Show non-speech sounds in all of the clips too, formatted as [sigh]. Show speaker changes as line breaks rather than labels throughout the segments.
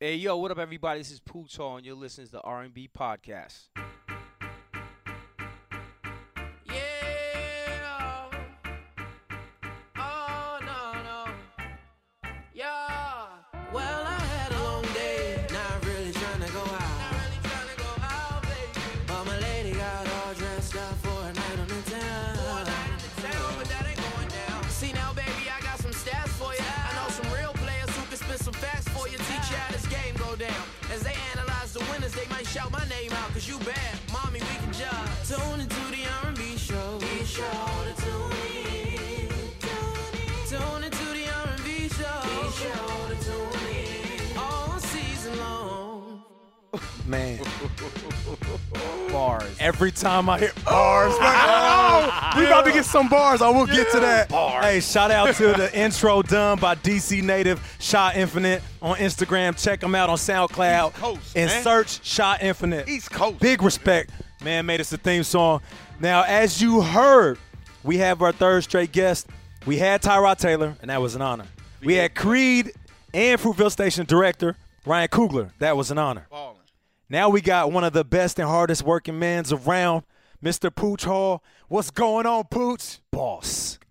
Hey yo, what up everybody? This is Pootar and you're listening to the R&B podcast.
Yeah. Oh no no. Yeah. Well, I had a long day. Not really trying to go out. Not really trying to go out, baby. But my lady got all dressed up for a night on the town. For a night on the town, but that ain't going down. See now, baby, I got some stats for you. I know some real players who can spit some facts for you. Teach you how this game go down. As they analyze the winners, they might shout my name out. Cause you bad, mommy, we can judge. Tune into the R&B show. Be sure to tune in. Tune into the R&B show. Be sure to tune in. All season long.
Man,
Bars.
every time I hear bars, man, oh, we about to get some bars. I will get to that. Hey, shout out to the intro done by DC Native Shot Infinite on Instagram. Check them out on SoundCloud
East Coast,
and
man.
search Shot Infinite.
East Coast.
Big respect, man. Made us the theme song. Now, as you heard, we have our third straight guest. We had Tyrod Taylor, and that was an honor. We had Creed and Fruitville Station director Ryan Coogler. That was an honor.
Ballin'.
Now we got one of the best and hardest working mans around, Mr. Pooch Hall. What's going on, Pooch? Boss. [laughs]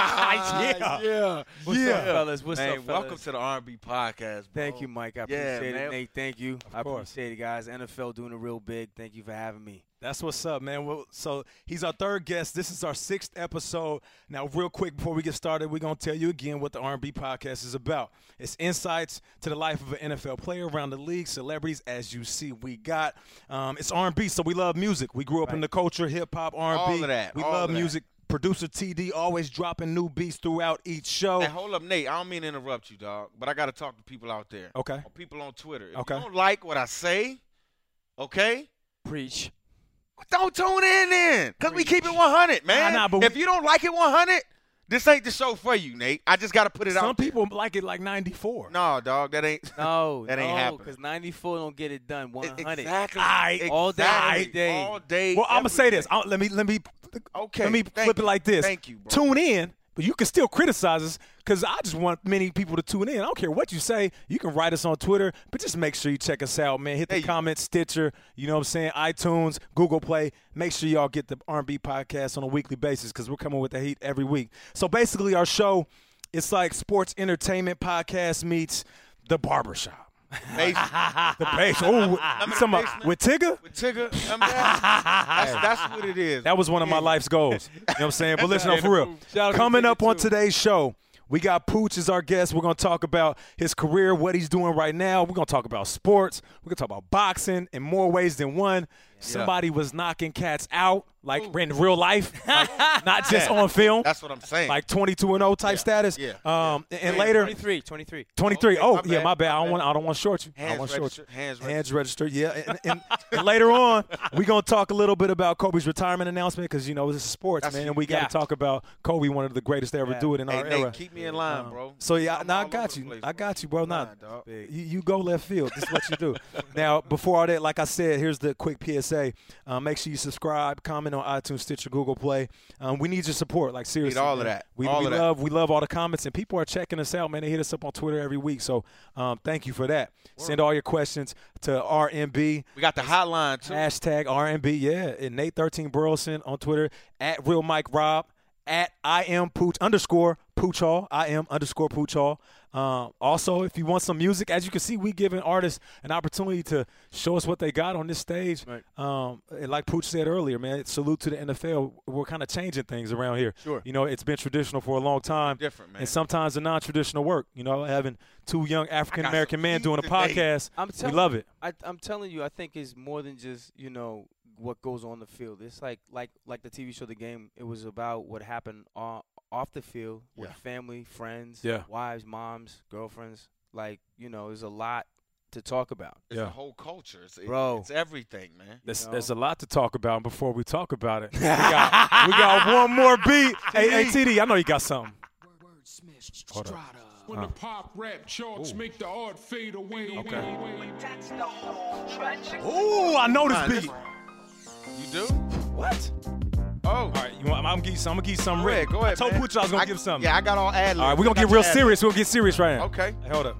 yeah.
Yeah.
What's
yeah.
up, fellas? What's
Man,
up, fellas?
welcome to the R&B podcast. Bro.
Thank you, Mike. I
Yeah,
appreciate it.
man.
Nate, thank you. I
course.
appreciate it, guys. NFL doing it real big. Thank you for having me.
That's what's up, man. Well, so he's our third guest. This is our sixth episode. Now, real quick before we get started, we're gonna tell you again what the R&B podcast is about. It's insights to the life of an NFL player around the league, celebrities. As you see, we got um, it's R&B, so we love music. We grew up in the culture, hip hop, R&B.
All of that,
We
all
love
of that.
music. Producer TD always dropping new beats throughout each show.
Hey, hold up, Nate. I don't mean to interrupt you, dog, but I got to talk to people out there.
Okay.
Or people on Twitter. If
Okay.
you don't like what I say, okay,
[laughs] Preach.
don't tune in then, cause we keep it 100, man.
Nah, nah, but
if
we-
you don't like it 100, this ain't the show for you, Nate. I just got to put it
Some
out. there.
people like it like 94.
No, dog,
[laughs]
that ain't.
No,
That ain't
no,
happening.
Cuz 94 don't get it done 100.
Exactly.
Aight.
All day, every
Exactly.
day.
All day.
Well, I'm
every
gonna say
day.
this. I'll- let me let me
Okay,
Let me
thank
flip
you.
it like this.
Thank you, bro.
Tune in, but you can still criticize us because I just want many people to tune in. I don't care what you say. You can write us on Twitter, but just make sure you check us out, man. Hit the
There you go.
comments, Stitcher, you know what I'm saying, iTunes, Google Play. Make sure y'all get the R&B podcast on a weekly basis because we're coming with the heat every week. So basically, our show, it's like sports entertainment podcast meets the barbershop. [laughs]
Basically.
The
[laughs]
base. Oh, some uh, with Tigger.
With Tigger, I mean, that's, that's, that's what it is.
That was one of my life's goals. You know what I'm
[laughs]
saying? But listen, no, for real.
Shout out to
Coming
Tigger,
up on
too.
today's show, we got Pooch as our guest. We're going to talk about his career, what he's doing right now. We're going to talk about sports. We're going to talk about boxing in more ways than one. Somebody was knocking cats out, like in real life, like,
[laughs]
not just
Yeah.
on film,
That's what I'm saying.
like 22 and 0 type status.
Yeah.
Um, and- And later,
23, 23.
23.
Okay,
Oh,
my
yeah,
bad,
my bad. I
my
don't
bad.
want. I don't want to short you. I
Hands
don't want to short you.
registered, hands
registered. Yeah. And, and, and [laughs] later on, we're gonna talk a little bit about Kobe's retirement announcement because you know this is sports,
That's
man, and
huge.
we got to
Yeah.
talk about Kobe, one of the greatest to ever
Yeah.
do it in
hey,
our
Nate,
era. Um,
keep me in line, bro.
So yeah,
I'm
now I
all
got
over
you.
the place,
I
bro.
got you, bro.
Nah,
Nah,
dog.
you, you go left field. This is what you do.
[laughs]
now, before all that, like I said, here's the quick PSA. Uh, make sure you subscribe, comment on iTunes, Stitcher, Google Play. Um, we need your support. Like seriously,
all of
man.
that.
We,
All
we
of that.
love we love all the comments and people are checking us out, man. They hit us up on Twitter every week. So um, thank you for that. Send all your questions to RMB
We got the hotline too.
Hashtag RMB, yeah. And Nate Thirteen Burleson on Twitter at Real Mike Rob at I am Pooch underscore Pooch Hall. I am underscore Pooch Hall. Um, also, if you want some music, as you can see, we giving artists an opportunity to show us what they got on this stage.
Right.
Um, and like Pooch said earlier, man, salute to the NFL. We're kind of changing things around here.
Sure.
You know, it's been traditional for a long time.
Different, man.
And sometimes the non-traditional work. You know, having two young African American
some
men
heat [laughs]
doing a
today.
podcast.
I'm
we
telling
love it.
I, I'm telling you, I think it's more than just you know what goes on the field. It's like like like the TV show The Game. It was about what happened o- off the field with
Yeah.
family, friends,
Yeah.
wives, moms, girlfriends. Like you know, there's a lot to talk about.
It's
Yeah.
the whole culture. It's, it-
Bro.
it's everything, man.
There's,
know?
there's a lot to talk about. And before we talk about
[laughs]
it, we got, we got one more beat. hey, hey, TD, I know you got something. Hold up.
When the pop rap charts make the art fade away.
Ooh, I know
Nah,
this
this-
beat.
You do?
What?
Oh,
All right, you want, I'm, gonna give you some. I'm gonna give you some.
go ahead. Go ahead.
I told
man.
Pooch I was gonna
I-
give something.
Yeah, I got all ad
All right, we're gonna get real serious. We're gonna get serious right now.
Okay.
Hey, hold up.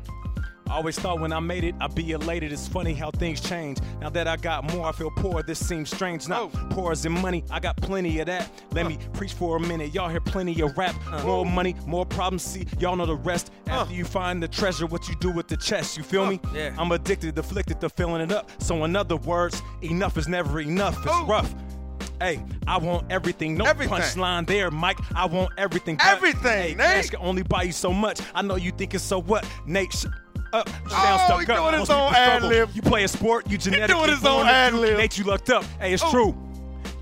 I always thought when I made it, I'd be elated. It's funny how things change. Now that I got more, I feel poor. This seems strange. Not
Oh.
poor as in money, I got plenty of that. Let me preach for a minute. Y'all hear plenty of rap. More money, more problems. See, y'all know the rest. After you find the treasure, what you do with the chest. You feel me?
Yeah.
I'm addicted, afflicted to filling it up. So, in other words, enough is never enough. It's
Oh.
rough. Hey, I want everything. No
Everything.
punchline there, Mike. I want everything. but-
Everything,
hey,
Nate.
cash can only buy you so much. I know you thinking so what, Nate. Sh- up, down,
Oh,
stuck
he
up.
doing his
Most
own
people struggle.
ad-lib.
You play a sport, you genetically
his
born
own
with-
ad-lib.
Nate, you lucked up. Hey, it's
Oh.
true.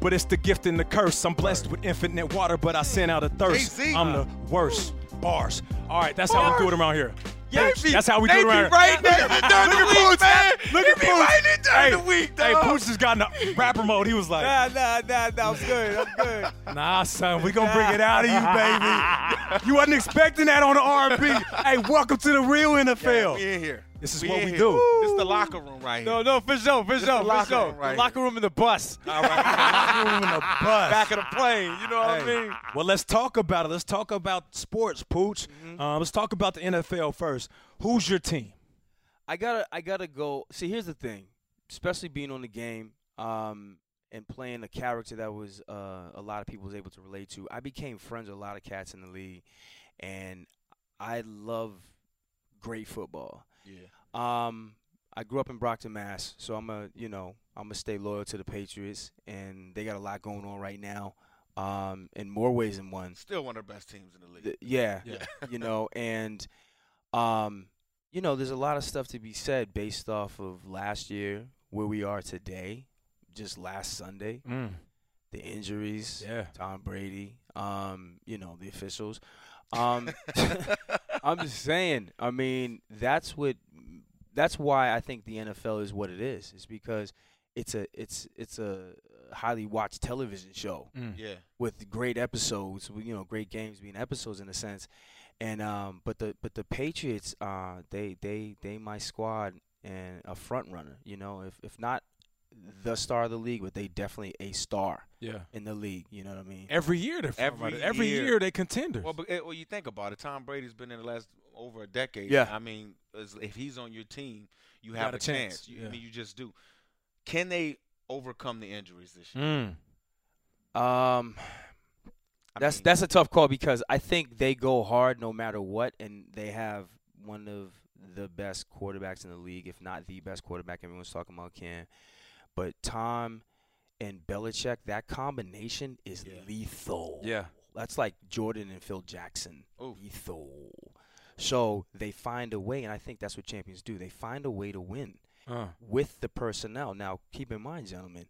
But it's the gift and the curse. I'm blessed with infinite water, but I sent out a thirst.
Jay-Z.
I'm the worst. Bars. All right, that's how we do it around here.
Yeah,
Hey, that's how we do it around here.
right
[laughs]
there during the
Look at
week,
Pooch,
man.
Look
He
at Pooch.
be right there during
hey,
the week,
Hey,
dog.
Pooch just got in the rapper mode. He was like,
Nah, nah, nah, nah. I'm good. I'm good.
[laughs] Nah, son, we gonna bring it out of you,
[laughs]
baby. you wasn't expecting that on the R&B. hey, welcome to the real NFL.
We in here.
This is
We
what
in
we
here.
do.
This is the locker room right here.
No, no, for sure, for sure, for
locker
sure.
room right
locker room in the bus,
All right.
[laughs] Locker room in
[laughs]
the bus.
back of the plane. You know what I
Hey,
mean?
Well, let's talk about it. Let's talk about sports, Pooch.
Mm-hmm.
Uh, let's talk about the NFL first. Who's your team?
I gotta, I gotta go. See, here's the thing, especially being on the game, um, and playing a character that was uh, a lot of people was able to relate to. I became friends with a lot of cats in the league, and I love great football. Yeah. Um, I grew up in Brockton, Mass, so I'm a, you know, I'm gonna stay loyal to the Patriots, and they got a lot going on right now, um, in more ways than one.
Still one of the best teams in the league.
Th- yeah,
Yeah.
you know, and um, you know, there's a lot of stuff to be said based off of last year, where we are today, just last Sunday,
Mm.
the injuries,
Yeah.
Tom Brady, um, you know, the officials. Um, [laughs] I'm just saying. I mean, that's what. That's why I think the NFL is what it is. It's because it's a it's it's a highly watched television show
Yeah.
with great episodes, with, you know, great games being episodes in a sense. And um, but the but the Patriots, uh, they they they my squad and a front runner. You know, if if not the star of the league, but they definitely a star
Yeah.
in the league. You know what I mean?
Every year they're
Every
front-runners. Every
year.
year they contenders.
Well, but, eh, well, you think about it. Tom Brady's been in the last over a decade.
Yeah.
I mean, as- if he's on your team, you,
You
have
got
a,
a chance.
You,
Yeah.
I mean, you just do. Can they overcome the injuries this year?
Mm.
Um,
Mm-hmm.
I
that's
mean,
that's a tough call because I think they go hard no matter what, and they have one of the best quarterbacks in the league, if not the best quarterback. Everyone's talking about Cam, but Tom and Belichick, that combination is
Yeah.
lethal.
Yeah.
that's like Jordan and Phil Jackson.
Ooh.
Lethal. So they find a way, and I think that's what champions do. They find a way to win
Uh,
with the personnel. Now, keep in mind, gentlemen,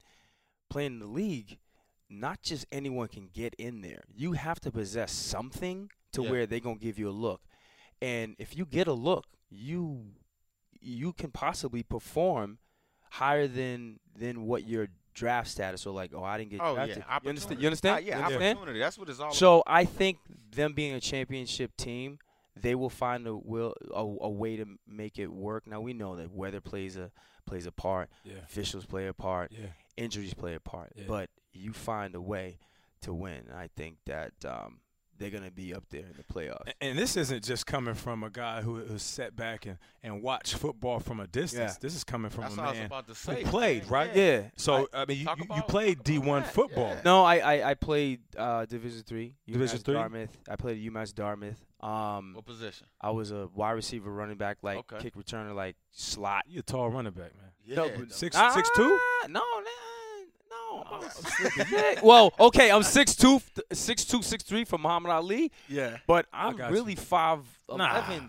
playing in the league, not just anyone can get in there. You have to possess something to
Yeah.
where they're gonna give you a look, and if you get a look, you you can possibly perform higher than than what your draft status or like. Oh, I didn't get
Oh,
drafted.
yeah.
you understand?
opportunity.
You understand?
Ah, yeah,
You understand?
opportunity. That's what it's all about.
So I think them being a championship team, they will find a will a, a way to m- make it work. Now we know that weather plays a plays a part,
yeah.
officials play a part,
Yeah.
injuries play a part,
Yeah.
but you find a way to win. And I think that um, they're gonna be up there in the playoffs.
A- And this isn't just coming from a guy who who's set back and, and watched football from a distance.
Yeah.
This is coming from
That's
a
what I was
man
about to
who
say,
played,
man.
right?
Yeah.
So I, mean, you,
talk
you, you
about-
played
talk about
D1
that.
football.
Yeah.
No, I I, I played uh, Division three,
Division three? Oh.
Dartmouth. I played at UMass Dartmouth. Um,
What position?
I was a wide receiver, running back, like
Okay.
kick returner, like slot.
You a tall running back, man.
Yeah.
No, but-
Six
Ah,
six two. Oh,
No, nah, no. I'm six- [laughs] well, okay, I'm 6'2", 6'2", 6'3", from Muhammad Ali,
yeah.
but I'm
got
really five
[laughs]
eleven.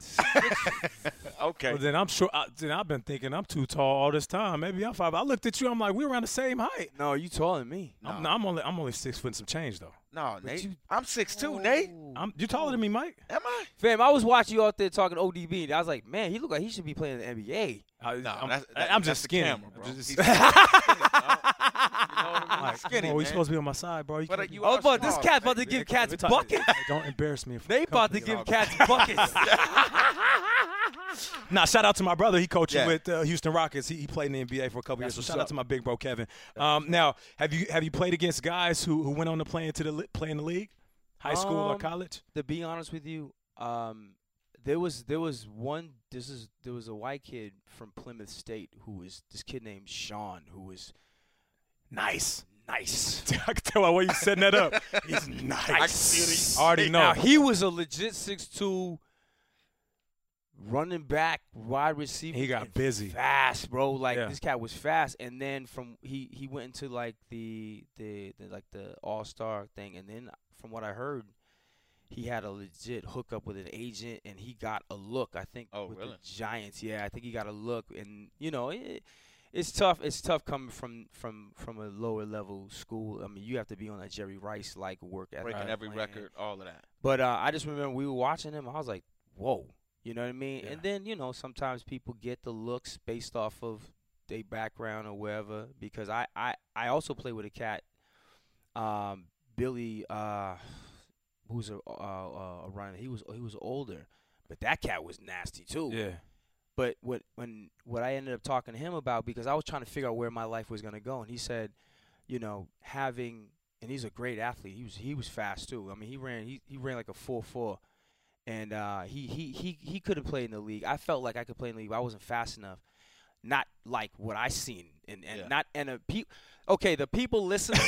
Okay.
Well, then I'm sure. I, then I've been thinking I'm too tall all this time. Maybe I'm five. I looked at you. I'm like, we're around the same height.
No, you taller than me.
I'm, no, I'm only I'm only six foot and some change though.
No, Nate.
you-
I'm 6'2", two, Nate.
I'm you taller than me, Mike.
Am I?
Fam, I was watching you out there talking ODB, and I was like, man, he look like he should be playing in the NBA.
I,
No,
I'm,
Oh, that's-
I- I'm
that's
just
the
skinny.
camera,
I'm
bro.
just- [laughs]
He's- [laughs]
Like, come
skinny,
on, you
man.
supposed to be on my side, bro. You
But uh,
can't be-
you
Oh,
are
but this
small.
cat about
Hey,
to give
Vic,
cats
We're talking-
buckets.
[laughs] Don't embarrass me. in front
They
of
about to
company.
give cats
[laughs]
buckets.
Nah, shout out to my brother. He coaching
Yeah.
with uh, Houston Rockets. He, he played in the NBA for a couple years. So
what's
shout out
up.
to my big bro Kevin. Um, now, have you have you played against guys who, who went on to play into the li- play in the league, high school or
Um,
college?
to be honest with you, um, There was there was one. This is there was a white kid from Plymouth State who was this kid named Sean who was
Nice.
nice.
[laughs] I can tell by way you're setting that up. He's nice. I already know.
Now he was a legit 6'2 running back, wide receiver.
He got
and
busy.
fast, bro. Like
Yeah.
this cat was fast, and then from he he went into like the the, the like the All Star thing, and then from what I heard, he had a legit hookup with an agent, and he got a look. I think
Oh,
with
really?
the Giants, yeah, I think he got a look, and you know it. It's tough. It's tough coming from from from a lower level school. I mean, you have to be on a Jerry Rice like work ethic,
breaking
and
every
plan.
record, all of that.
But uh, I just remember we were watching him. I was like, whoa. You know what I mean?
Yeah.
And then, you know, sometimes people get the looks based off of their background or wherever. Because I, I, I also play with a cat, um, Billy, uh, who's a, uh, uh, a runner. He was he was older, but that cat was nasty too.
yeah.
But what when what I ended up talking to him about because I was trying to figure out where my life was gonna go, and he said, you know, having and he's a great athlete. He was he was fast too. I mean, he ran he, he ran like a four four, and uh, he he he he could have played in the league. I felt like I could play in the league. But I wasn't fast enough. Not like what I seen, and and
Yeah.
not and a pe- Okay, the people
[laughs]
listening,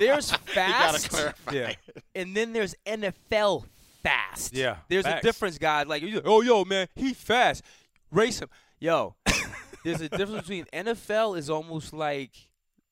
there's
You gotta
fast,
[laughs] clarify.
Yeah.
and then there's NFL fast.
Yeah,
There's
facts.
a difference, guys. Like, you- oh, yo, man, he fast. Race him. Yo, [laughs] there's a difference between NFL is almost like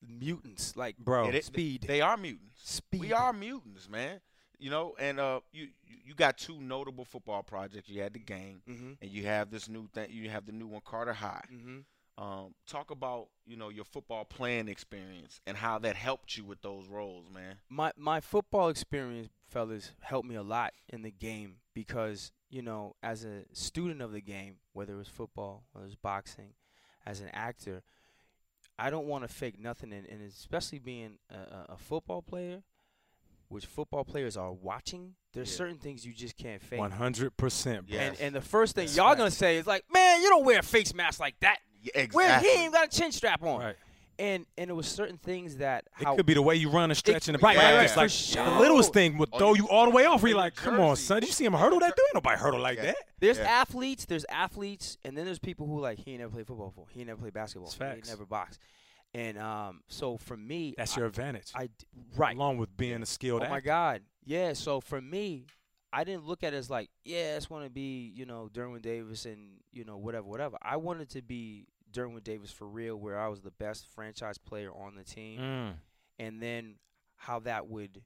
mutants, like
Bro.
Yeah, they-
speed.
They are mutants.
speed.
We are mutants, man. You know, and uh, you you you got two notable football projects. You had the game,
Mhm.
and you have this new thing. You have the new one, Carter High.
Mhm.
Um, talk about you know your football playing experience and how that helped you with those roles, man.
my my football experience, fellas, helped me a lot in the game because you know, as a student of the game, whether it was football, whether it was boxing, as an actor, I don't want to fake nothing, and, and especially being a, a, a football player, which football players are watching. There's
Yeah.
certain things you just can't fake.
100%.
Yeah.
And
Yes.
and the first thing
That's
y'all
right.
gonna say is like, man, you don't wear a face mask like that.
Yeah,
Where
exactly.
he ain't got a chin strap on.
Right.
And and it was certain things that
It
how
could be the way you run and stretch in the
right,
right,
practice.
right,
Like,
for
The
sure.
littlest thing would
Oh,
throw
you-
you all the way off. Where you're
New
like, come on,
Jersey.
son. Did you see him hurdle that dude? Ain't nobody hurdle like
Yeah.
that.
There's
Yeah.
athletes. There's athletes, and then there's people who like he ain't never played football before. He ain't never played basketball.
It's
He ain't
facts.
never boxed. And um, so for me,
That's your advantage.
I, I d- right.
Along with being a skilled
Oh my
actor.
God. Yeah. So for me, I didn't look at it as like, yeah, it's want to be, you know, Derwin Davis and, you know, whatever, whatever. I wanted to be Derwin Davis for real, where I was the best franchise player on the team.
Mm.
And then how that would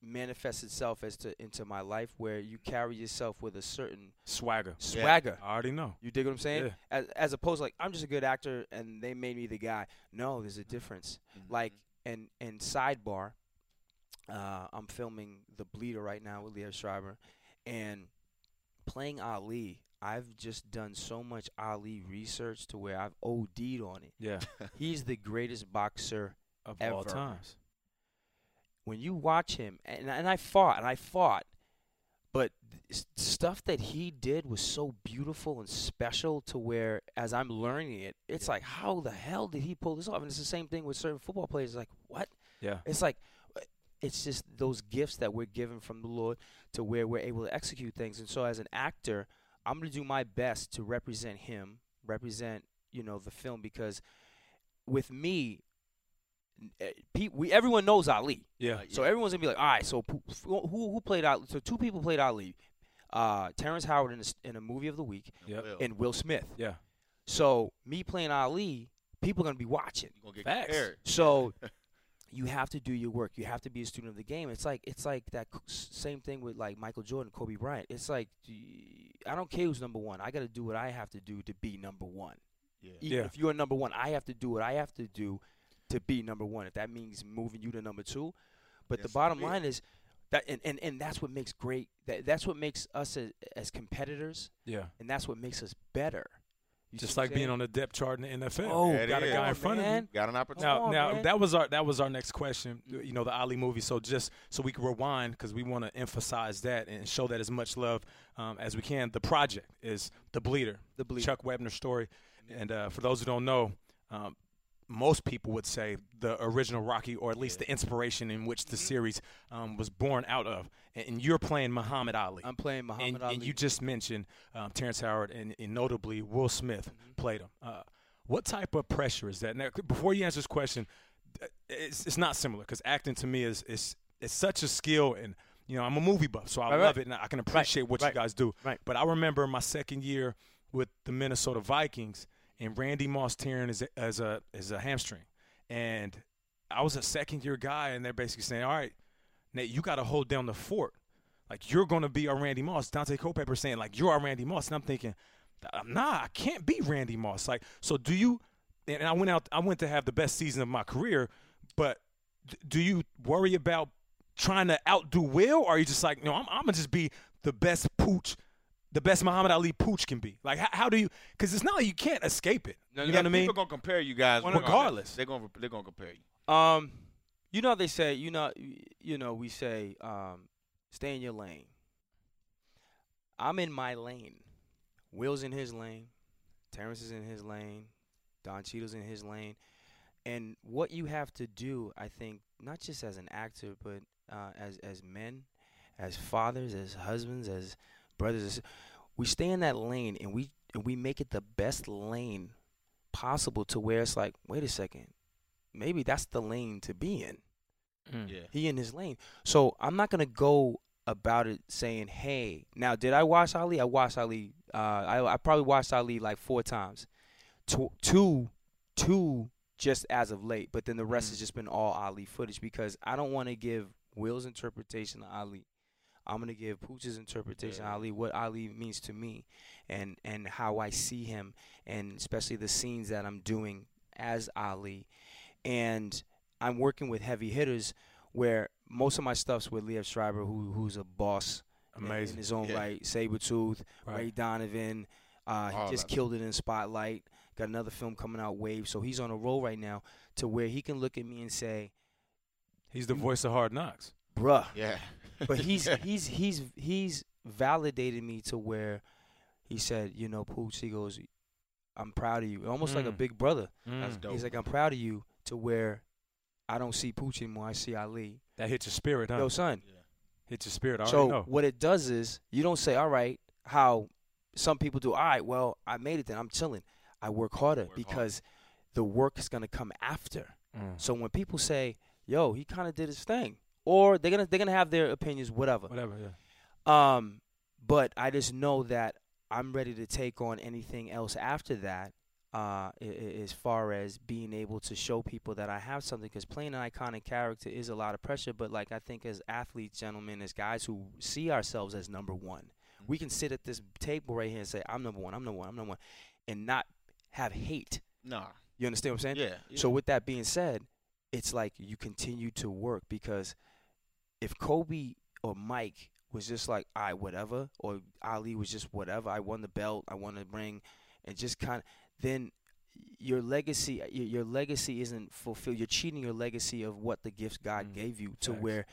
manifest itself as to into my life where you carry yourself with a certain
Swagger.
swagger.
I already know.
You dig what I'm saying?
Yeah.
As, as opposed to like I'm just a good actor and they made me the guy. No, there's a difference. Like and and sidebar, uh, I'm filming The Bleeder right now with Leah Schreiber, and playing Ali. I've just done so much Ali research to where I've OD'd on it. [laughs]
Yeah.
He's the greatest boxer
Of all
Ever.
times.
when you watch him, and, and I fought, and I fought, but s- stuff that he did was so beautiful and special to where, as I'm learning it, it's like, how the hell did he pull this off? And it's the same thing with certain football players. Like, what?
Yeah.
It's like, uh, it's just those gifts that we're given from the Lord to where we're able to execute things. And so, as an actor, I'm going to do my best to represent him, represent, you know, the film, because with me, n- eh, pe- we everyone knows Ali.
Yeah.
So everyone's gonna be like, all right. So p- who who played out? So two people played Ali, uh, Terrence Howard in a, s- in a movie of the week,
Yep.
Will,
and Will Smith.
Yeah.
So me playing Ali, people gonna be watching.
you gonna get
Facts.
compared. [laughs]
So you have to do your work. You have to be a student of the game. It's like it's like that c- s- same thing with like Michael Jordan, Kobe Bryant. It's like y- I don't care who's number one. I gotta do what I have to do to be number one.
Yeah.
Even
Yeah.
if you're number one, I have to do what I have to do to be number one. If that means moving you to number two, but
Yes,
the bottom
it is.
line is that, and, and, and that's what makes great. That, that's what makes us as, as competitors,
Yeah.
and that's what makes us better. You
Just
see what I'm
like being
saying?
on the depth chart in the NFL.
Oh,
Yeah, it
got a
is.
guy in
on,
front of you.
man.
Got an opportunity.
Now,
on,
now
man.
that was our that was our next question. You know, the Ali movie. So just so we can rewind because we want to emphasize that and show that as much love um, as we can. The project is the Bleeder.
The Bleeder.
Chuck Webner story. And uh, for those who don't know, um, most people would say the original Rocky, or at least the inspiration in which
Mm-hmm.
the series um, was born out of. And, and you're playing Muhammad Ali.
I'm playing Muhammad
and,
Ali.
And you just mentioned um, Terrence Howard, and, and notably Will Smith
Mm-hmm.
played him. Uh, what type of pressure is that? Now, c- before you answer this question, uh, it's, it's not similar because acting to me is is it's such a skill, and you know I'm a movie buff, so I
Right,
love
right.
it, and I can appreciate what you
right,
guys do.
right.
But I remember my second year with the Minnesota Vikings, and Randy Moss tearing is as a as a hamstring, and I was a second year guy, and they're basically saying, all right. Nate, you got to hold down the fort. Like you're going to be our Randy Moss. Dante Culpepper saying like you're our Randy Moss, and I'm thinking, nah, I can't be Randy Moss. Like so, do you? And I went out. I went to have the best season of my career, but d- do you worry about trying to outdo Will, or are you just like, no, I'm, I'm gonna just be the best pooch, the best Muhammad Ali pooch can be. Like how, how do you? Because it's not like you can't escape it.
No,
you
no,
know what I mean?
People gonna compare you guys
Well, regardless.
regardless. They're gonna they're gonna compare you.
Um, you know they say you know you know we say um, stay in your lane. I'm in my lane. Will's in his lane. Terrence is in his lane. Don Cheadle's in his lane. And what you have to do, I think, not just as an actor, but uh, as as men, as fathers, as husbands, as brothers, as, we stay in that lane and we and we make it the best lane possible to where it's like, wait a second, maybe that's the lane to be in.
Mm.
Yeah.
He in his lane. So I'm not gonna go about it saying, "Hey, now did I watch Ali? I watched Ali. Uh, I I probably watched Ali like four times, two two two just as of late. But then the rest has just been all Ali footage because I don't want to give Will's interpretation of Ali. I'm gonna give Pooch's interpretation of Ali what Ali means to me, and and how I see him, and especially the scenes that I'm doing as Ali, and I'm working with heavy hitters where most of my stuff's with Liev Schreiber, who who's a boss in- in
Amazing.
his own
Yeah.
right, Sabretooth,
Right.
Ray Donovan. Uh, he
All
just
that.
killed it in Spotlight. Got another film coming out, Wave. So he's on a roll right now to where he can look at me and say,
He's the voice of Hard Knocks.
[laughs]
bruh.
Yeah.
But
[laughs]
he's
Yeah.
he's he's he's validated me to where he said, you know, Pooch, he goes, I'm proud of you. Almost like a
Mm.
big brother.
That's
Mm.
dope.
He's like, I'm proud of you to where I don't see Pooch anymore. I see Ali.
That hits your spirit, huh?
Yo, son,
hits your spirit. I already
so
know.
what it does is you don't say, all right, how some people do. All right, well, I made it. Then I'm chilling. I work harder
Work
because the work is gonna come after.
Mm.
So when people say, "Yo, he kind of did his thing," or they're gonna they're gonna have their opinions, whatever.
Whatever. Yeah.
Um, but I just know that I'm ready to take on anything else after that. Uh, i- i- as far as being able to show people that I have something, because playing an iconic character is a lot of pressure. But like I think as athletes, gentlemen, as guys who see ourselves as number one, we can sit at this table right here and say, "I'm number one. I'm number one. I'm number one," and not have hate.
Nah.
You understand what I'm saying?
Yeah.
So with that being said, it's like you continue to work because if Kobe or Mike was just like I whatever or Ali was just whatever, I won the belt, I won the ring, and just kind of then your legacy your, your legacy isn't fulfilled. You're cheating your legacy of what the gifts God
Mm.
gave you to
Facts.
where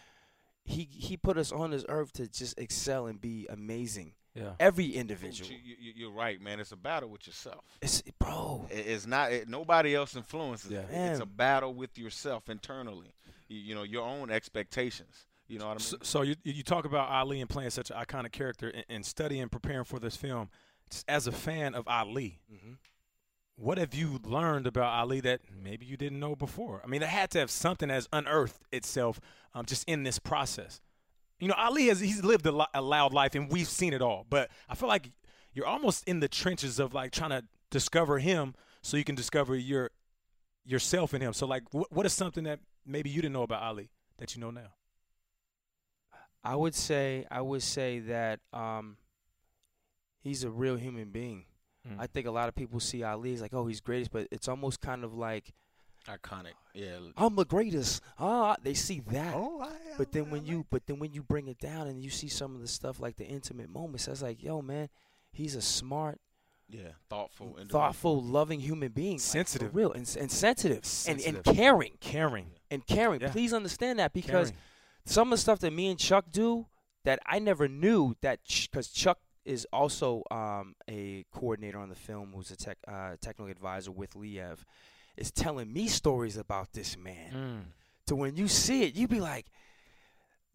he he put us on this earth to just excel and be amazing.
Yeah.
Every
But
individual.
you, you, you're right, man. It's a battle with yourself.
It's bro.
It- It's not it, nobody else influences. it.
Yeah.
It's a
Man.
battle with yourself internally. You, you know your own expectations. You know what I mean?
So, so you you talk about Ali and playing such an iconic character and, and studying, preparing for this film. Just as a fan of Ali,
Mhm.
what have you learned about Ali that maybe you didn't know before? I mean, it had to have something has unearthed itself um, just in this process. You know, Ali has he's lived a, lo- a loud life, and we've seen it all. But I feel like you're almost in the trenches of like trying to discover him, so you can discover your yourself in him. So, like, what what is something that maybe you didn't know about Ali that you know now?
I would say I would say that um, he's a real human being.
Mm.
I think a lot of people see Ali as like, oh, he's greatest, but it's almost kind of like
Iconic. Yeah.
I'm the greatest. Ah, they see that.
[laughs]
Oh, I,
But then when you but then when you bring it down and you see some of the stuff like the intimate moments, that's like, yo, man, he's a smart,
yeah, thoughtful, individual.
thoughtful, loving human being, like, for
Sensitive.
real, and, and sensitive, and
Sensitive.
and caring,
caring.
and caring.
Yeah.
Please understand that because
Caring.
some of the stuff that me and Chuck do that I never knew that because Chuck is also um, a coordinator on the film, who's a tech, uh, technical advisor with Liev, is telling me stories about this man. To when you see it, you be like,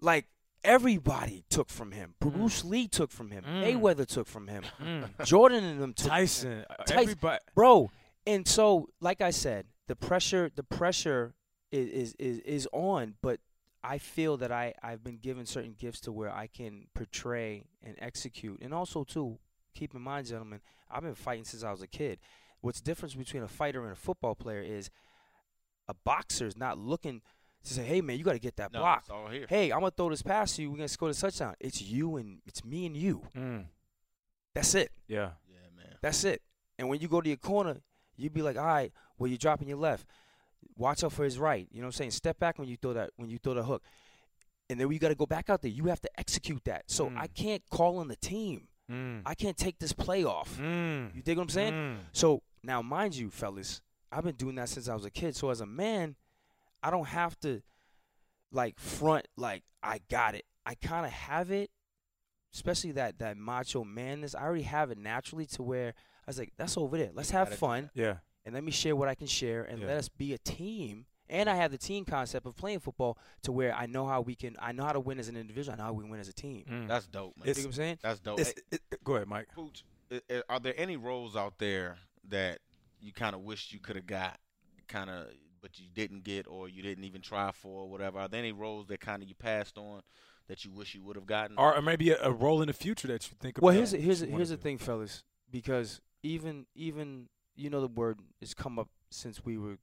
like everybody took from him. Bruce Lee took from him. Mayweather took from him.
Mm.
[laughs]
Jordan and them took
Tyson, uh,
Tyson.
everybody.
bro. And so, like I said, the pressure, the pressure is is is, is on. But I feel that I I've been given certain gifts to where I can portray and execute. And also, too, keep in mind, gentlemen, I've been fighting since I was a kid. What's difference between a fighter and a football player is a boxer is not looking to say, "Hey, man, you got to get that
No,
block."
it's all here.
Hey, I'm gonna throw this pass to you. We're gonna score this touchdown. It's you and it's me and you.
Mm,
That's it.
yeah.
Yeah, man.
That's it. And when you go to your corner, you be like, all right, well, you're dropping your left. Watch out for his right. You know what I'm saying? Step back when you throw that when you throw the hook. And then you got to go back out there. You have to execute that. So
Mm.
I can't call on the team.
Mm,
I can't take this play off.
mm,
You dig what I'm saying?
mm.
So now, mind you, fellas, I've been doing that since I was a kid. So as a man, I don't have to like front like I got it. I kind of have it, especially that that macho manness. I already have it naturally to where I was like, that's over there. Let's have
gotta do
fun
Yeah.
and let me share what I can share and
Yeah.
let us be a team. And I have the team concept of playing football to where I know how we can. I know how to win as an individual. I know how we win as a team. You
Mm.
That's dope, man.
dig what I'm saying?
That's dope.
It's-
Hey,
it- it- go ahead, Mike.
Pooch, i- i- are there any roles out there that you kind of wish you could have got, kind of, but you didn't get, or you didn't even try for, or whatever? Are there any roles that kind of you passed on that you wish you would have gotten?
Or, or maybe a, a role in the future that you think about.
Well, here's the- here's
that
the-
you wanna
here's the
do.
thing, fellas, because even even you know the word has come up since we were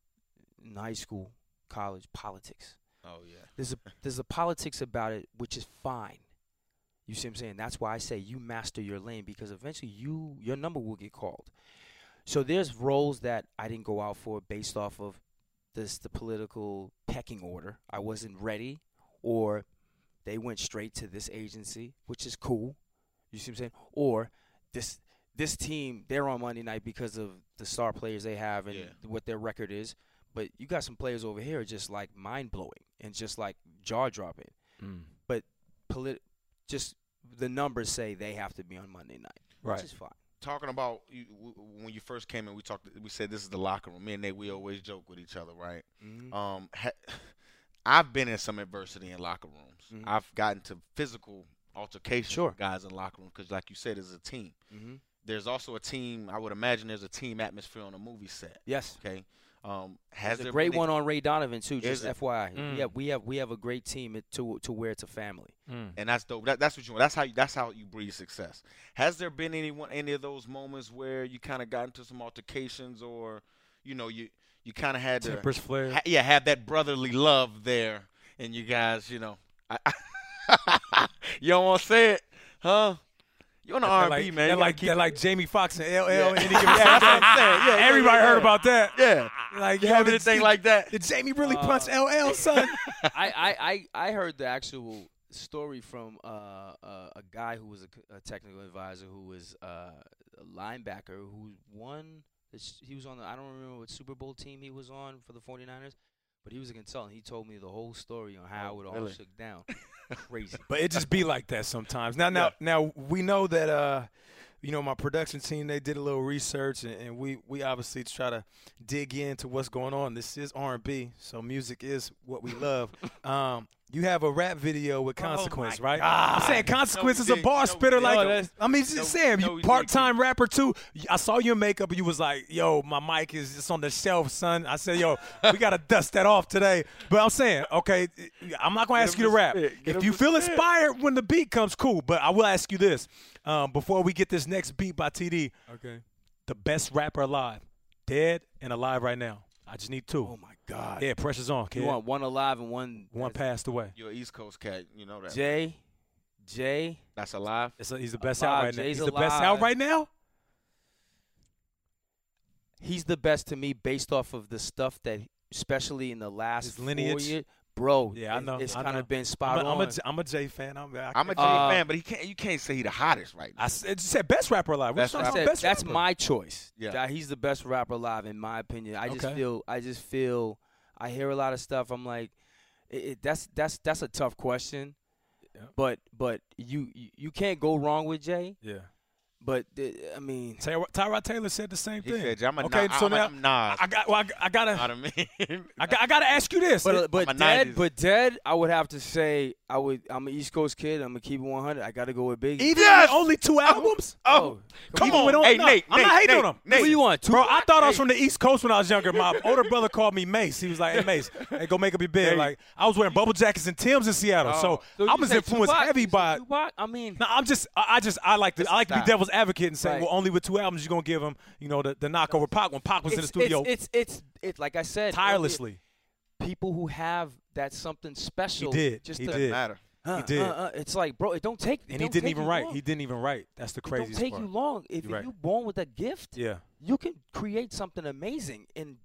in high school, college, politics.
oh yeah.
There's a there's a politics about it, which is fine. You see what I'm saying? That's why I say you master your lane because eventually you your number will get called. So there's roles that I didn't go out for based off of this the political pecking order. I wasn't ready or they went straight to this agency, which is cool. You see what I'm saying? Or this this team, they're on Monday night because of the star players they have and
Yeah.
what their record is. But you got some players over here just like mind blowing and just like jaw dropping.
Mm.
But polit- just the numbers say they have to be on Monday night,
Right.
which is fine.
Talking about you, w- w- when you first came in, we talked. We said this is the locker room. Me and Nate, we
Mm-hmm.
always joke with each other, right? Um, ha- [laughs] I've been in some adversity in locker rooms.
Mhm.
I've gotten to physical altercations
Sure.
with guys in locker rooms because, like you said, it's a team.
Mhm.
There's also a team. I would imagine there's a team atmosphere on a movie set.
Yes,
Okay. Um, has
has a
there
great
been
one on Ray Donovan too.
Is
Just
it?
FYI,
Mm.
we have we have we have a great team at- to to where it's a
[laughs]
family.
Mm.
and that's dope. That, that's what you want. That's how. You, that's how you breed success. Has there been any one any of those moments where you kind of got into some altercations or, you know, you you kind of had to
Tempers flare.
ha- yeah have that brotherly love there, and you guys, you know, I, [laughs] you don't want to say it, huh? You're an
That
R&B
like,
man.
That
You
like,
gotta
that like Jamie Foxx and LL.
Yeah.
And [laughs] he
Yeah, that's what I'm saying. Yeah, yeah,
Everybody
yeah,
heard
yeah.
about that.
keep- yeah.
Like,
You
yo,
have
did-
anything
did-
like that?
Did Jamie really
Uh,
punch LL, son? [laughs]
I, I, I, I heard the actual story from uh, uh, a guy who was a, c- a technical advisor who was uh, a linebacker who won. the s- He was on the I don't remember what Super Bowl team he was on for the 49ers, but he was a consultant. He told me the whole story on how
Oh,
it all
really?
shook down.
[laughs]
Crazy.
But it just be like that sometimes. Now, now,
Yeah.
now we know that uh, you know my production team they did a little research, and, and we we obviously try to dig into what's going on. This is R and B, so music is what we
[laughs]
love. um, you have a rap video with consequence, right? I'm saying consequence
Oh No,
is a
we
bar
didn't. Oh, No,
spitter.
we
like
didn't.
I mean, just
No,
Sam,
no,
you
we
part time rapper too. I saw your makeup, and you was like, "Yo, my mic is just on the shelf, son." I said, "Yo, we gotta dust that off today." But I'm saying, okay, I'm not gonna ask you to rap. if you feel inspired when the beat comes, cool. But I will ask you this um, before we get this next beat by TD.
Okay.
The best rapper alive, dead and alive right now. I just need two.
Oh my God.
yeah, pressure's on, kid.
You want one alive and one
One passed away.
You're an East Coast cat. You know that.
Jay, Jay.
That's alive.
It's a- he's the best out
Alive,
right now.
Jay's
He's the best out
alive.
right now.
he's the best to me based off of the stuff that, especially in the last
His lineage?
four years, bro.
Yeah, I
it's-
know,
It's
I
kind
know.
of been
I'm
spot
a, I'm,
on.
a, J- I'm a J fan. I'm, I,
I'm a J
Uh,
fan, but he can't. You can't say he the hottest right now.
I s- you said best rapper alive. We're
Best
talking
rapper.
about
said,
best
that's
rapper.
my choice.
Yeah.
That he's the best rapper alive, in my opinion. I just
Okay.
feel, I just feel, I hear a lot of stuff. I'm like, it, it, that's that's that's a tough question,
Yeah.
but but you you you can't go wrong with Jay.
Yeah.
But th- I mean,
Tyrod Tyrod Taylor said the same
He
thing.
said, "I'm a
okay,
Nas-
so
I'm a
now
Nas."
I, I got, well, I, I gotta,
I mean,
I, got, I gotta ask you this.
but
I'm
but
a
dead,
90s.
but dead. I would have to say I would. I'm an East Coast kid. I'm gonna keep it 100. I got to go with Biggie.
even
Yes!
with only two albums.
Oh,
Come
Even
on,
with all- Hey,
no,
Nate,
I'm not
Nate,
hating
Nate,
on him.
Nate.
Who you want? Two
Bro, I thought I was from the East Coast when I was younger. My older brother called me Mace. He was like, "Hey Mace, hey, go make up your bed."
Hey.
Like I was wearing bubble jackets and Tim's in Seattle, so,
So
I
you
was
say
influenced
Tupac?
heavy
You say
by.
Tupac? I mean,
No, I'm just, I, I just, I like to, I like to be
style.
devil's advocate and say,
Right.
well, only with two albums you're gonna give him, you know, the, the knock over Pac when Pac was in the studio
It's it's, it's it's like I said, earlier,
tirelessly.
People who have that something special.
did.
Just
He
to-
did.
matter.
Uh,
did.
uh, uh, it's like, bro, it don't take. it
And he
don't
didn't
take
even
you
write.
long.
He didn't even write. That's the
It
craziest
don't take
part.
you long. If
You're right.
you're born with a gift,
Yeah,
you can create something amazing. And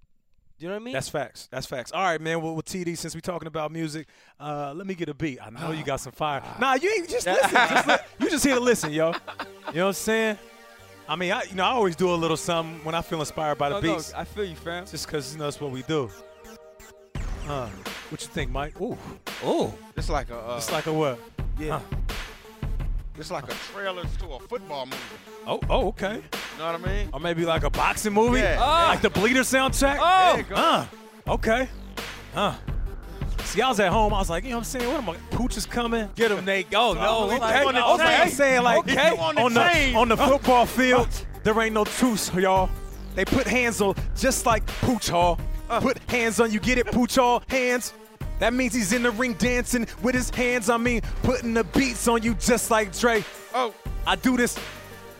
you know what I mean?
that's facts. That's facts. All right, man. Well, with TD, since we're talking about music, uh, let me get a beat. I know you got
[sighs]
some fire. Nah, you ain't just listen.
[laughs]
just li- you just here to listen, yo. You know what I'm saying? I mean, I you know I always do a little something when I feel inspired by the beats,
I feel you, fam.
just because you know that's what we do. Huh? What you think, Mike? Ooh,
Oh,
It's like a uh,
it's like a what?
yeah.
Huh.
it's like a trailer to a football movie.
Oh, oh, okay.
You know what I mean?
Or maybe like a boxing movie, Ah.
Yeah.
Oh.
like the Bleeder soundtrack.
Oh.
There you go.
Uh, okay. Uh. See, I was at home. I was like, you know what I'm saying? What am I? Pooch is coming. Get him, Nate.
Oh,
Go.
No,
I was
he
like,
on the
I was like,
chain.
I'm saying, like,
Okay. He on the
on, the,
chain.
on the football field, there ain't no truce, y'all. They put hands on, just like Pooch Hall. Put hands on, you get it, Pooch Hall? Hands. That means he's in the ring dancing with his hands. I mean, putting the beats on you just like Dre.
Oh,
I do this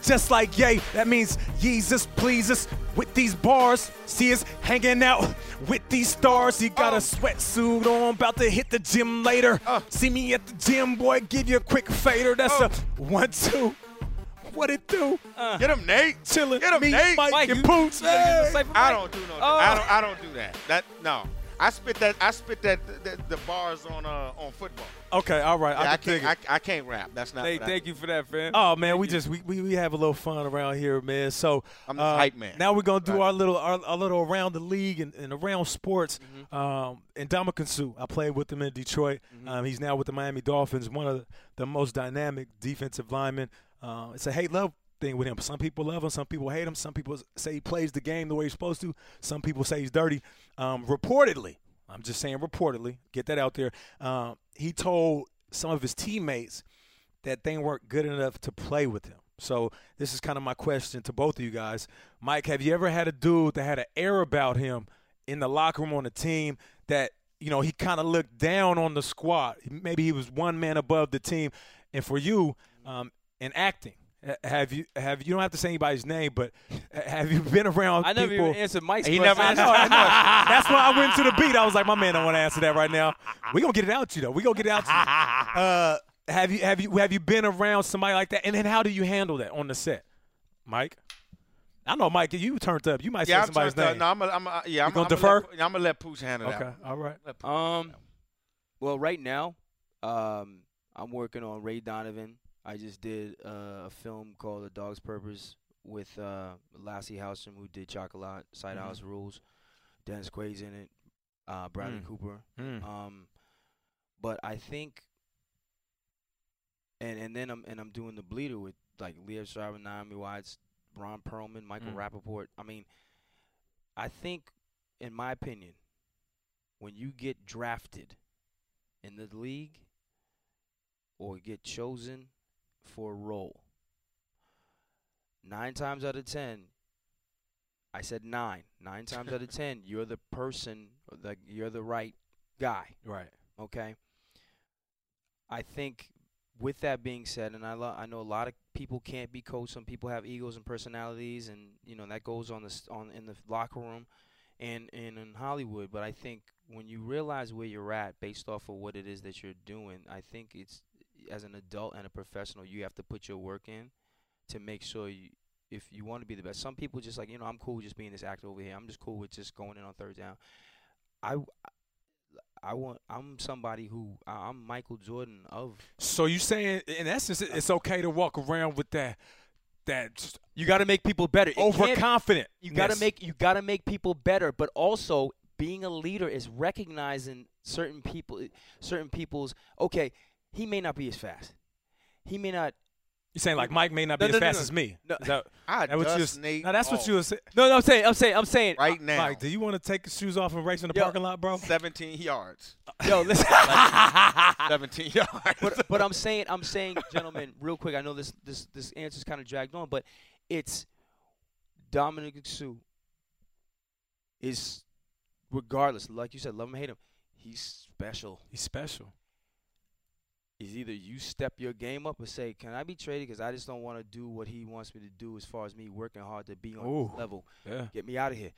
just like yay. That means Jesus pleases with these bars. See us hanging out with these stars. You got a
Oh.
sweatsuit on, about to hit the gym later. See me at the gym, boy. Give you a quick fader. That's
Oh.
a one two. What it do?
get him, Nate.
Chillin'.
Get him,
uh, me,
Nate.
Mike,
Mike,
and
you-
Pooch. Hey.
I don't do no. I don't. I don't do that. That no. I spit that. I spit that. The, the bars on uh on football.
Okay, all right.
Yeah,
I
I
can dig
can't.
it.
I, I can't rap. That's not. what I do.
you for that, fam.
Oh man, we just we, we, we have a little fun around here, man. So uh,
I'm the hype man.
Now we're gonna do
Right.
our little our, our little around the league and, and around sports.
Mm-hmm.
Um, and Dominican Sue, I played with him in Detroit. Um, he's now with the Miami Dolphins, one of the most dynamic defensive linemen. Uh, it's a hate love thing with him. Some people love him, some people hate him, some people say he plays the game the way he's supposed to, some people say he's dirty. Um, reportedly, I'm just saying reportedly, get that out there. Um, he told some of his teammates that they weren't good enough to play with him. So this is kind of my question to both of you guys. Mike, have you ever had a dude that had an air about him in the locker room on the team that you know he kind of looked down on the squad? Maybe he was one man above the team. And for you, um, in acting, ha- have you have you don't have to say anybody's name, but ha- have you been around
I never
people?
even answered Mike's
He
question.
[laughs]
never
I know,
answered-
I know.
That's why I went to the beat. I was like, my man, don't want to answer that right now. We gonna get it out to you though. We gonna get it out to you. [laughs] Uh, have you have you have you been around somebody like that? And then how do you handle that on the set, Mike? I know, Mike. You turned up. You might
Yeah,
say
I'm
somebody's name.
trying to- No, I'm. A, I'm. A, uh, yeah, I'm.
gonna
I'm
defer?
Let, I'm gonna let Pooch handle that.
okay,
one.
all right.
Let Pooch-
Um, well, right now, um, I'm working on Ray Donovan. I just did uh, a film called The Dog's Purpose with uh, Lassie Housen, who did Chocolat, Side
Mhm.
House Rules, Dennis Quaid's in it, uh, Bradley
Mm.
Cooper. Um, but I think, and and then I'm and I'm doing the bleeder with like Leah Shriver, Naomi Watts, Ron Perlman, Michael
Mm.
Rappaport. I mean, I think, in my opinion, when you get drafted in the league or get chosen for a role, nine times out of ten, I said nine, nine times out of ten, you're the person, like you're the right guy
Right.
okay i think with that being said and i lo- i know a lot of people can't be coached some people have egos and personalities and you know that goes on the s- on in the locker room and and in hollywood but i think when you realize where you're at based off of what it is that you're doing i think it's as an adult and a professional you have to put your work in to make sure you if you want to be the best some people just like you know i'm cool just being this actor over here i'm just cool with just going in on third down i I want. I'm somebody who I- I'm Michael Jordan of.
So you saying, in essence, it- it's okay to walk around with that that just
You got to make people better.
overconfident.
You got to make. You got to make people better, but also being a leader is recognizing certain people, certain people's. Okay, he may not be as fast. He may not
You're saying like Mike may not be
No,
as
no, no,
fast
no.
as me.
No. [laughs]
Is that,
I
that what you
dust
was- Oh.
Nate
No, that's what you
off
were saying.
No, no, I'm saying, I'm saying, I'm saying.
right now.
Mike, do you want to take your shoes off and race in the
Yo.
parking lot, bro? [laughs]
17 yards.
Yo, listen.
17 [laughs] yards.
but but I'm saying I'm saying, gentlemen, real quick. I know this this this answer's kind of dragged on, but it's Dominic Sue is regardless, like you said, love him, hate him, he's special.
He's special.
Is either you step your game up and say, "Can I be traded?" Because I just don't want to do what he wants me to do, as far as me working hard to be on
Ooh.
this level.
Yeah.
Get me out of here.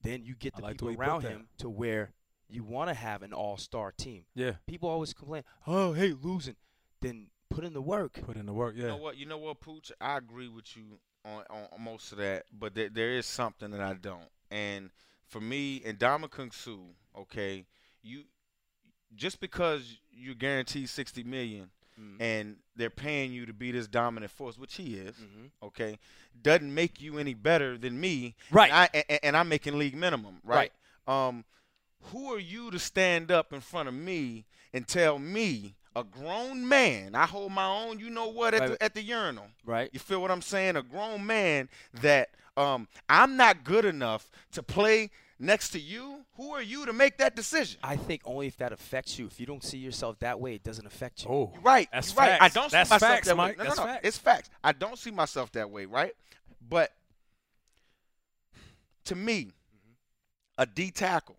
Then you get
I
the
like
people
the way you put
around
that.
him to where you want to have an all-star team.
Yeah.
People always complain, "Oh, hey, losing." Then put in the work.
Put in the work.
You
Yeah.
know what? You know what, Pooch? I agree with you on, on on most of that, but there, there is something that I don't. And for me, and Dama Kung Su, okay, you just because you guarantee sixty million
Mm.
and they're paying you to be this dominant force, which he is,
Mhm.
Mm-hmm.
okay, doesn't make you any better than me.
Right.
And, I, and- and, and I'm making league minimum, right? Um, who are you to stand up in front of me and tell me, a grown man, I hold my own, you know what, at,
Right.
the, at the urinal?
Right.
You feel what I'm saying? A grown man that um, I'm not good enough to play next to you. Who are you to make that decision?
I think only if that affects you. If you don't see yourself that way, it doesn't affect you.
Oh.
You're right.
That's
You're right. I
facts.
don't
That's
see myself
facts,
that
Mike.
way. No,
That's
no, no.
facts.
It's facts. I don't see myself that way, right? But to me,
Mm-hmm.
a D tackle,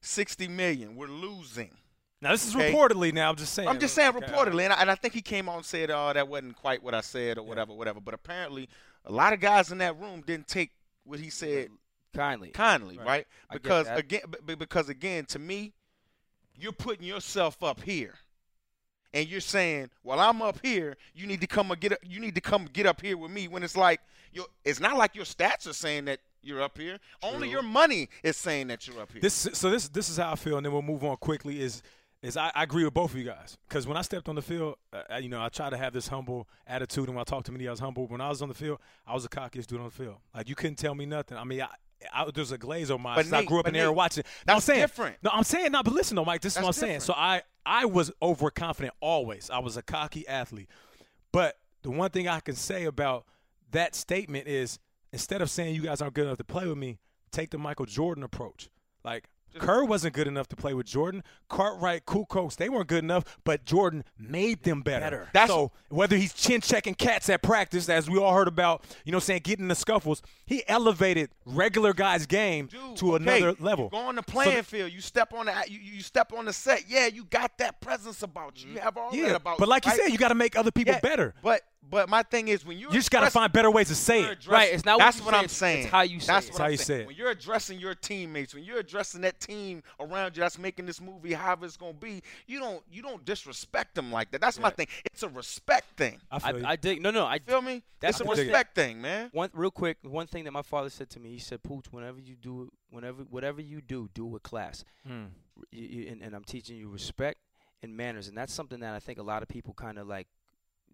60 million, we're losing.
Now this is
Okay.
reportedly. Now I'm just saying.
I'm just saying
Okay.
reportedly, and I, and I think he came out and said, "Oh, that wasn't quite what I said, or whatever, whatever." But apparently, a lot of guys in that room didn't take what he said
Kindly.
kindly,
Right.
right?
I get
Because
that.
again, b- b- because again, to me, you're putting yourself up here, and you're saying, "Well, I'm up here. You need to come and get. Up, you need to come get up here with me." When it's like, you it's not like your stats are saying that you're up here. Only your money is saying that you're up here.
This so this this is how I feel, and then we'll move on quickly. Is is I, I agree with both of you guys because when I stepped on the field, uh, I- you know, I try to have this humble attitude, and when I talk to me, I was humble. When I was on the field, I was the cockiest dude on the field. Like you couldn't tell me nothing. I mean, I. I, there's a glaze on my eyes.
But
'cause I
Nate-
grew up
but
in there
Nate,
watching. No, I'm
that's
saying,
different.
No, I'm saying, no, but listen though, Mike. This is what I'm
That's
saying. So I, I was overconfident always. I was a cocky athlete. But the one thing I can say about that statement is instead of saying you guys aren't good enough to play with me, take the Michael Jordan approach. Like Kerr wasn't good enough to play with Jordan. Cartwright, Kukos, they weren't good enough, but Jordan made them better.
Better.
That's-
so whether he's chin checking cats at practice, as we all heard about, you know, what I'm saying getting in the scuffles, he elevated regular guys' game
Dude,
to
okay,
another
you
level.
go on the
So
playing field. You step on the you, you step on the set. Yeah, you got that presence about
Mm-hmm.
you. You have all
Yeah,
that about.
but like you
right?
said, you got to make other people
Yeah,
better.
But but my thing is when you
You just got to find better ways to say it.
Right, it's not what
that's
you
what
say,
I'm
it's- it's
saying.
how you say
that's
it.
What
How
I'm
you
saying.
say it.
When you're addressing your teammates, when you're addressing that team around you that's making this movie however it's gonna be, you don't you don't disrespect them like that. That's my thing. It's a respect thing.
I
I,
feel you.
I dig. No, no. I
Feel me?
That's
it's a
one thing.
respect thing, man.
one real quick. One thing that my father said to me. He said, "Pooch, whenever you do, it, whenever whatever you do, do it with class."
Mm.
You, you, and, and I'm teaching you respect and manners, and that's something that I think a lot of people kind of like.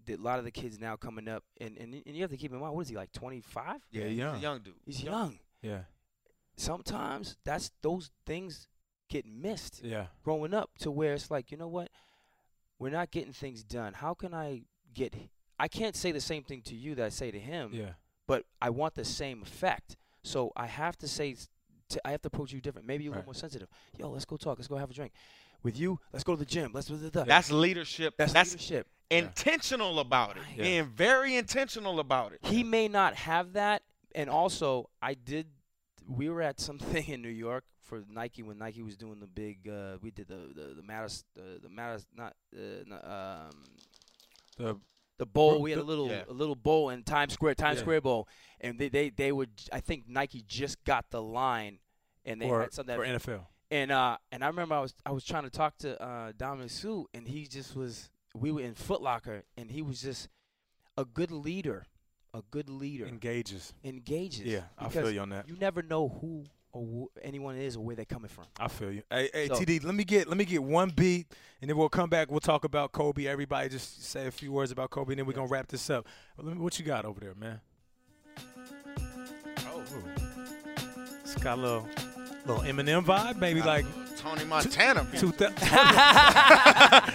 That a lot of the kids now coming up, and, and and you have to keep in mind, what is he like? 25?
Yeah,
he's
young.
a young dude.
He's young.
yeah,
Sometimes that's those things get missed.
yeah.
growing up to where it's like, you know what? We're not getting things done. How can I get I can't say the same thing to you that I say to him,
Yeah.
but I want the same effect. So I have to say s- to, I have to approach you different. Maybe you're a
Right.
little more sensitive. Yo, let's go talk. Let's go have a drink. With you, let's go to the gym. Let's da-da-da.
That's leadership.
that's,
That's,
leadership.
intentional about it.
Yeah.
Being very intentional about it.
He may not have that and also I did we were at [laughs] something in New York for Nike when Nike was doing the big uh, we did the the, the Mattis the, the Mattis not uh, n- um
The-
the bowl.
Ru-
We had a
the-
little
yeah.
a little bowl in Times Square, Times
Yeah.
Square bowl, and they they they would. I think Nike just got the line, and they
or,
had something.
or
that,
NFL.
and uh and I remember I was I was trying to talk to uh Dominic Sue, and he just was. We were in Foot Locker, and he was just a good leader, a good leader
Engages.
engages.
Yeah, I feel
because
you on that.
You never know who or wh- anyone is or where they're coming from.
I feel you. Hey, hey
So-
TD, let me get let me get one beat, and then we'll come back. We'll talk about Kobe. Everybody, just say a few words about Kobe, and then we're gonna wrap this up. Let me- What you got over there, man? Oh, it's got a little little Eminem vibe, maybe like
Tony Montana. man.
[laughs]
two thousand. uh.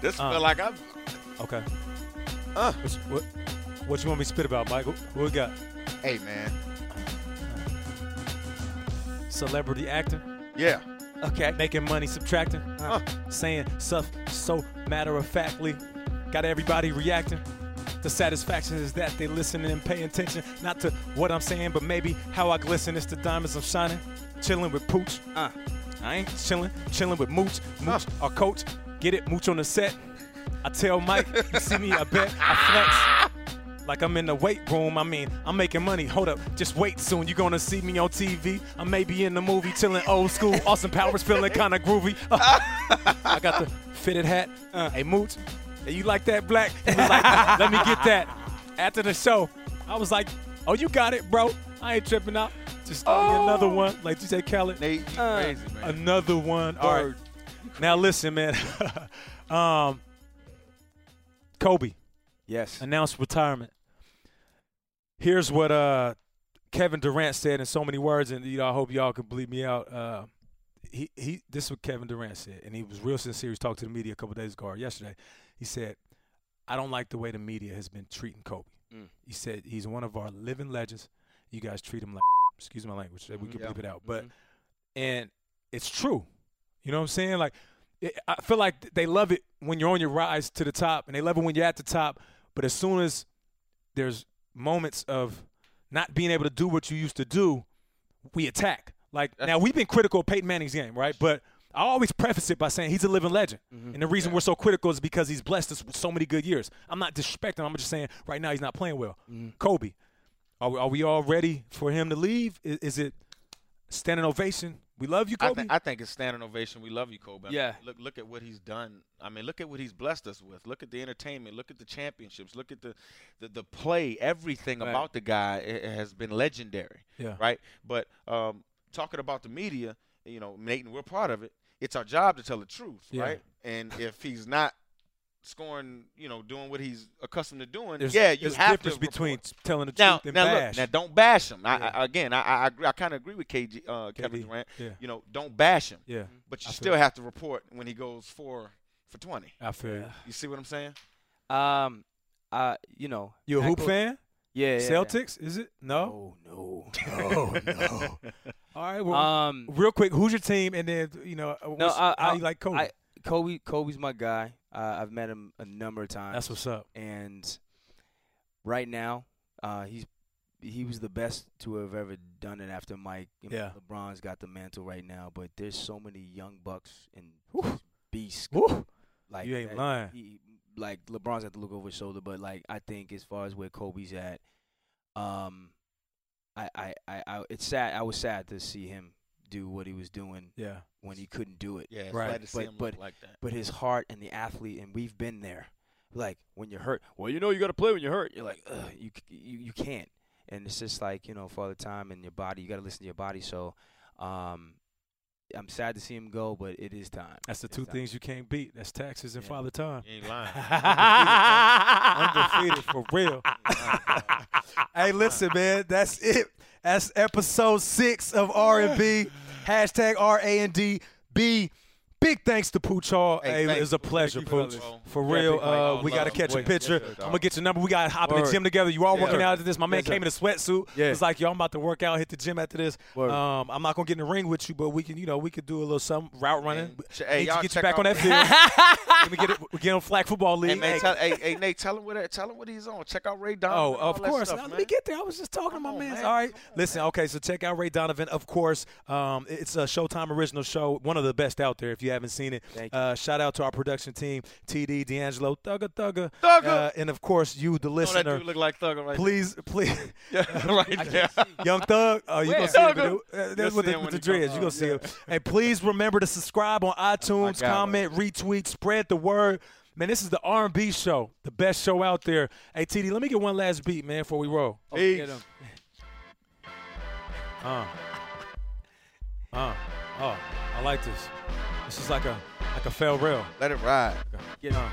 This feel like I'm
okay.
Uh,
What, what you want me to spit about, Michael? What we got?
hey man.
Celebrity actor?
Yeah.
Okay.
Making money, subtracting? Uh, saying stuff so matter of factly. Got everybody reacting. The satisfaction is that they listen and pay attention, not to what I'm saying, but maybe how I glisten. It's the diamonds I'm shining. Chilling with Pooch.
Uh,
I ain't chilling, chilling with Mooch, Mooch, our coach. Get it, Mooch on the set. I tell Mike, you see me, I bet, I flex. Like I'm in the weight room, I mean, I'm making money. Hold up, just wait soon. you gonna see me on TV. I may be in the movie, chilling old school. Austin Powers feeling kinda groovy. Uh, I got the fitted hat. Uh, hey, Mooch, hey, you like that black? He was like, let me get that. After the show, I was like, oh, you got it, bro. I ain't tripping out. Just throw me another one, like you said, Khaled.
Nate, you
Uh,
crazy man.
Another one. All right. Now listen, man. [laughs] um, Kobe
Yes.
announced retirement. Here's what uh, Kevin Durant said in so many words, and you know I hope y'all can bleep me out. Uh, he he. This is what Kevin Durant said, and he was real sincere. He was talking to the media a couple days ago or yesterday. He said, "I don't like the way the media has been treating Kobe."
Mm.
He said he's one of our living legends. You guys treat him like excuse my language.
Mm-hmm.
We can
Yeah.
bleep it out, but and it's true. You know what I'm saying? Like, it, I feel like th- they love it when you're on your rise to the top, and they love it when you're at the top. But as soon as there's moments of not being able to do what you used to do, we attack. Like
That's-
now, we've been critical of Peyton Manning's game, right? But I always preface it by saying he's a living legend,
Mm-hmm.
and the reason we're so critical is because he's blessed us with so many good years. I'm not disrespecting. him. I'm just saying right now he's not playing well.
Mm-hmm.
Kobe, are we, are we all ready for him to leave? Is, is it standing ovation? We love you,
I,
Kobe.
th- I think it's standing ovation. We love you, Kobe. I mean,
Yeah.
look, look at what he's done. I mean, look at what he's blessed us with. Look at the entertainment. Look at the championships. Look at the, the, the play. Everything
Right.
about the guy i- i- has been legendary.
Yeah.
Right. But um, talking about the media, you know, Nathan, we're part of it. It's our job to tell the truth,
Yeah.
right? And if he's not scoring, you know, doing what he's accustomed to doing,
There's,
yeah, you
there's
have
difference
to
between
report.
telling the
Now,
truth and
now
bash.
look, now don't bash him. I,
Yeah.
I, again, I, I agree. I kind of agree with KG, uh, Kevin
KD.
Durant.
Yeah.
You know, don't bash him.
yeah, I
But you
feel
still
that.
have to report when he goes four for twenty.
I feel you.
You see what I'm saying?
Um. Uh. You know.
You a hoop
Michael-
fan?
Yeah. yeah,
Celtics? Is it?
Yeah.
No.
Oh no.
[laughs] Oh [laughs] no. All right.
[laughs]
Well,
um.
real quick, who's your team? And then you know, no,
I-
how
I-
you like Kobe?
I- Kobe. Kobe's my guy. Uh, I've met him a number of times.
That's what's up.
and right now, uh, he's he was the best to have ever done it after Mike. You know,
Yeah.
LeBron's got the mantle right now, but there's so many young bucks and
Whew.
beasts.
Woo.
Like
You ain't
that
lying.
He, like LeBron's got to look over his shoulder, but like I think as far as where Kobe's at, um, I I I, I it's sad. I was sad to see him do what he was doing
Yeah.
when he couldn't do it
[laughs] Yeah, it's
Right.
glad to see
But-
him
but-
look
[laughs]
like that.
but his heart and the athlete, and we've been there. Like when you're hurt, well, you know you got to play when you're hurt. You're like, Ugh, you, c- you you can't, and it's just like you know, father time and your body. You got to listen to your body. So, um, I'm sad to see him go, but it is time.
That's the
It's
two
time.
things you can't beat. That's taxes and
Yeah.
father time.
You ain't lying.
Undefeated for
[laughs]
real. hey, listen, man. That's it. That's episode six of R and B. Hashtag R A N D B. Big thanks to Pooch Hall.
Hey,
Hey, it
thanks,
was a
Pooch.
pleasure,
Thank you,
Pooch.
fellas.
For
Yeah,
real,
big Mike.
uh,
All
we got to
love.
catch a
Wait,
picture.
yes, sir,
I'm
dog.
gonna get your number. We got to hop in the
Word.
gym together. You all
Yeah.
working out at this. My man
Yes, sir.
came in a sweatsuit.
Yeah.
was like, yo, I'm about to work out, hit the gym after this.
Word.
Um, I'm not gonna get in the ring with you, but we can, you know, we could do a little something, route running.
And ch- hey,
Need to
y'all
get you
check
back on that
out- [laughs]
field. Let me get it. we Get on flag football league.
Hey, man,
Hey,
tell, hey, hey, Nate, tell him what that- tell him what he's on. Check out Ray Donovan.
Oh,
and all
of
that
course.
stuff,
Now, let
man.
me get there. I was just talking
Come
to my
on,
man.
man.
All right.
Come on,
Listen, okay, so check out Ray Donovan, of course. Um, it's a Showtime original show, one of the best out there if you haven't seen it.
Thank you.
Uh, shout out to our production team, TD, D'Angelo, Thugga Thugga.
Thugger!
Uh, and, of course, you, the
Don't that
listener.
dude look like Thugger right
Please, please, [laughs]
there. [laughs] right there.
Young Thug. Oh, you
Where?
gonna see him?
Thugger!
dude. Uh,
You'll
That's what
see
the,
him
with
when
the
he come
dreads. You
on,
gonna see
yeah.
him? And please remember to subscribe on iTunes,
God.
comment, retweet, spread the word. Man, this is the R&B show, the best show out there. Hey, TD, let me get one last beat, man, before Oh, we roll.
Peace. Uh-huh.
Uh. Uh. Oh, I like this. This is like a like a fail rail.
Let it ride.
Uh.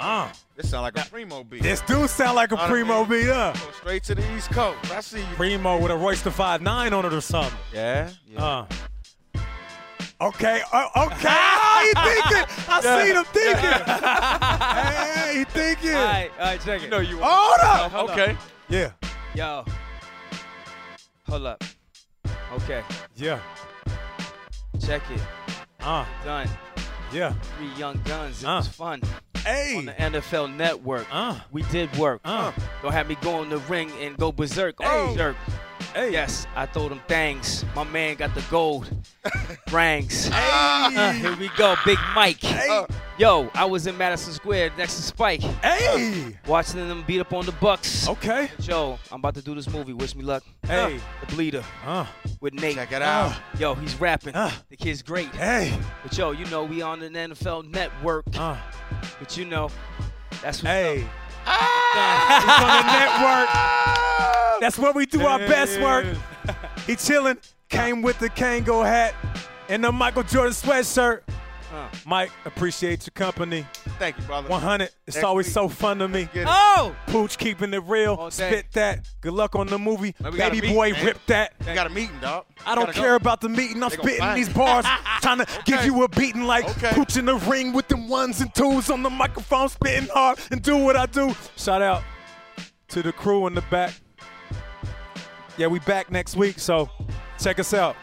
Uh.
This sound like a primo beat.
This dude sound like a
Know what I
primo
mean?
beat up.
Go straight to the East Coast. I see you.
Primo with a Royster 5-9 on it or something.
Yeah. yeah.
Uh. Okay. Uh, okay. he thinking. I seen him thinking. hey, he thinking.
All right, all right, check it. No, you
Hold up.
Hold up.
okay.
Yeah.
Yo. Hold up. Okay.
Yeah.
Check it.
Uh.
Done.
Yeah.
Three young guns. It
Uh.
was fun. On the
Hey.
NFL network.
Uh.
We did work.
Uh.
Don't have me go in the ring and go berserk. Oh,
Hey.
jerk.
Hey.
Yes, I throw them thangs. My man got the
[laughs]
gold. Rangs. Uh,
Hey.
here we go, Big Mike. Uh,
Hey.
Yo, I was in Madison Square next to Spike,
Hey.
watching them beat up on the Bucks.
Okay.
Yo, I'm about to do this movie. Wish me luck.
Hey.
The Bleeder
Uh.
with Nate.
Check it out.
Yo, he's rapping.
Uh.
The kid's great.
Hey.
But yo, you know we on an NFL network.
Uh.
But you know, that's what's
Hey.
up.
He's on the network. That's where we do our best work. He chilling. Came with the Kango hat and the Michael Jordan sweatshirt.
Uh.
Mike, appreciate your company.
Thank you, brother.
100. It's
Next
always
week.
so fun to me.
Oh,
Pooch keeping it real.
All day.
Spit that. Good luck on the movie.
Man, we got
Baby
a meeting,
boy,
man.
rip that.
You got a meeting, dog.
I don't
Gotta
care
go.
about the meeting. I'm
They gonna
spitting
find
these
you. [laughs]
bars, trying to give
Okay.
you a beating like
Okay.
Pooch in the ring with them ones and twos on the microphone, spitting hard and do what I do. Shout out to the crew in the back. Yeah, we back next week, so check us out.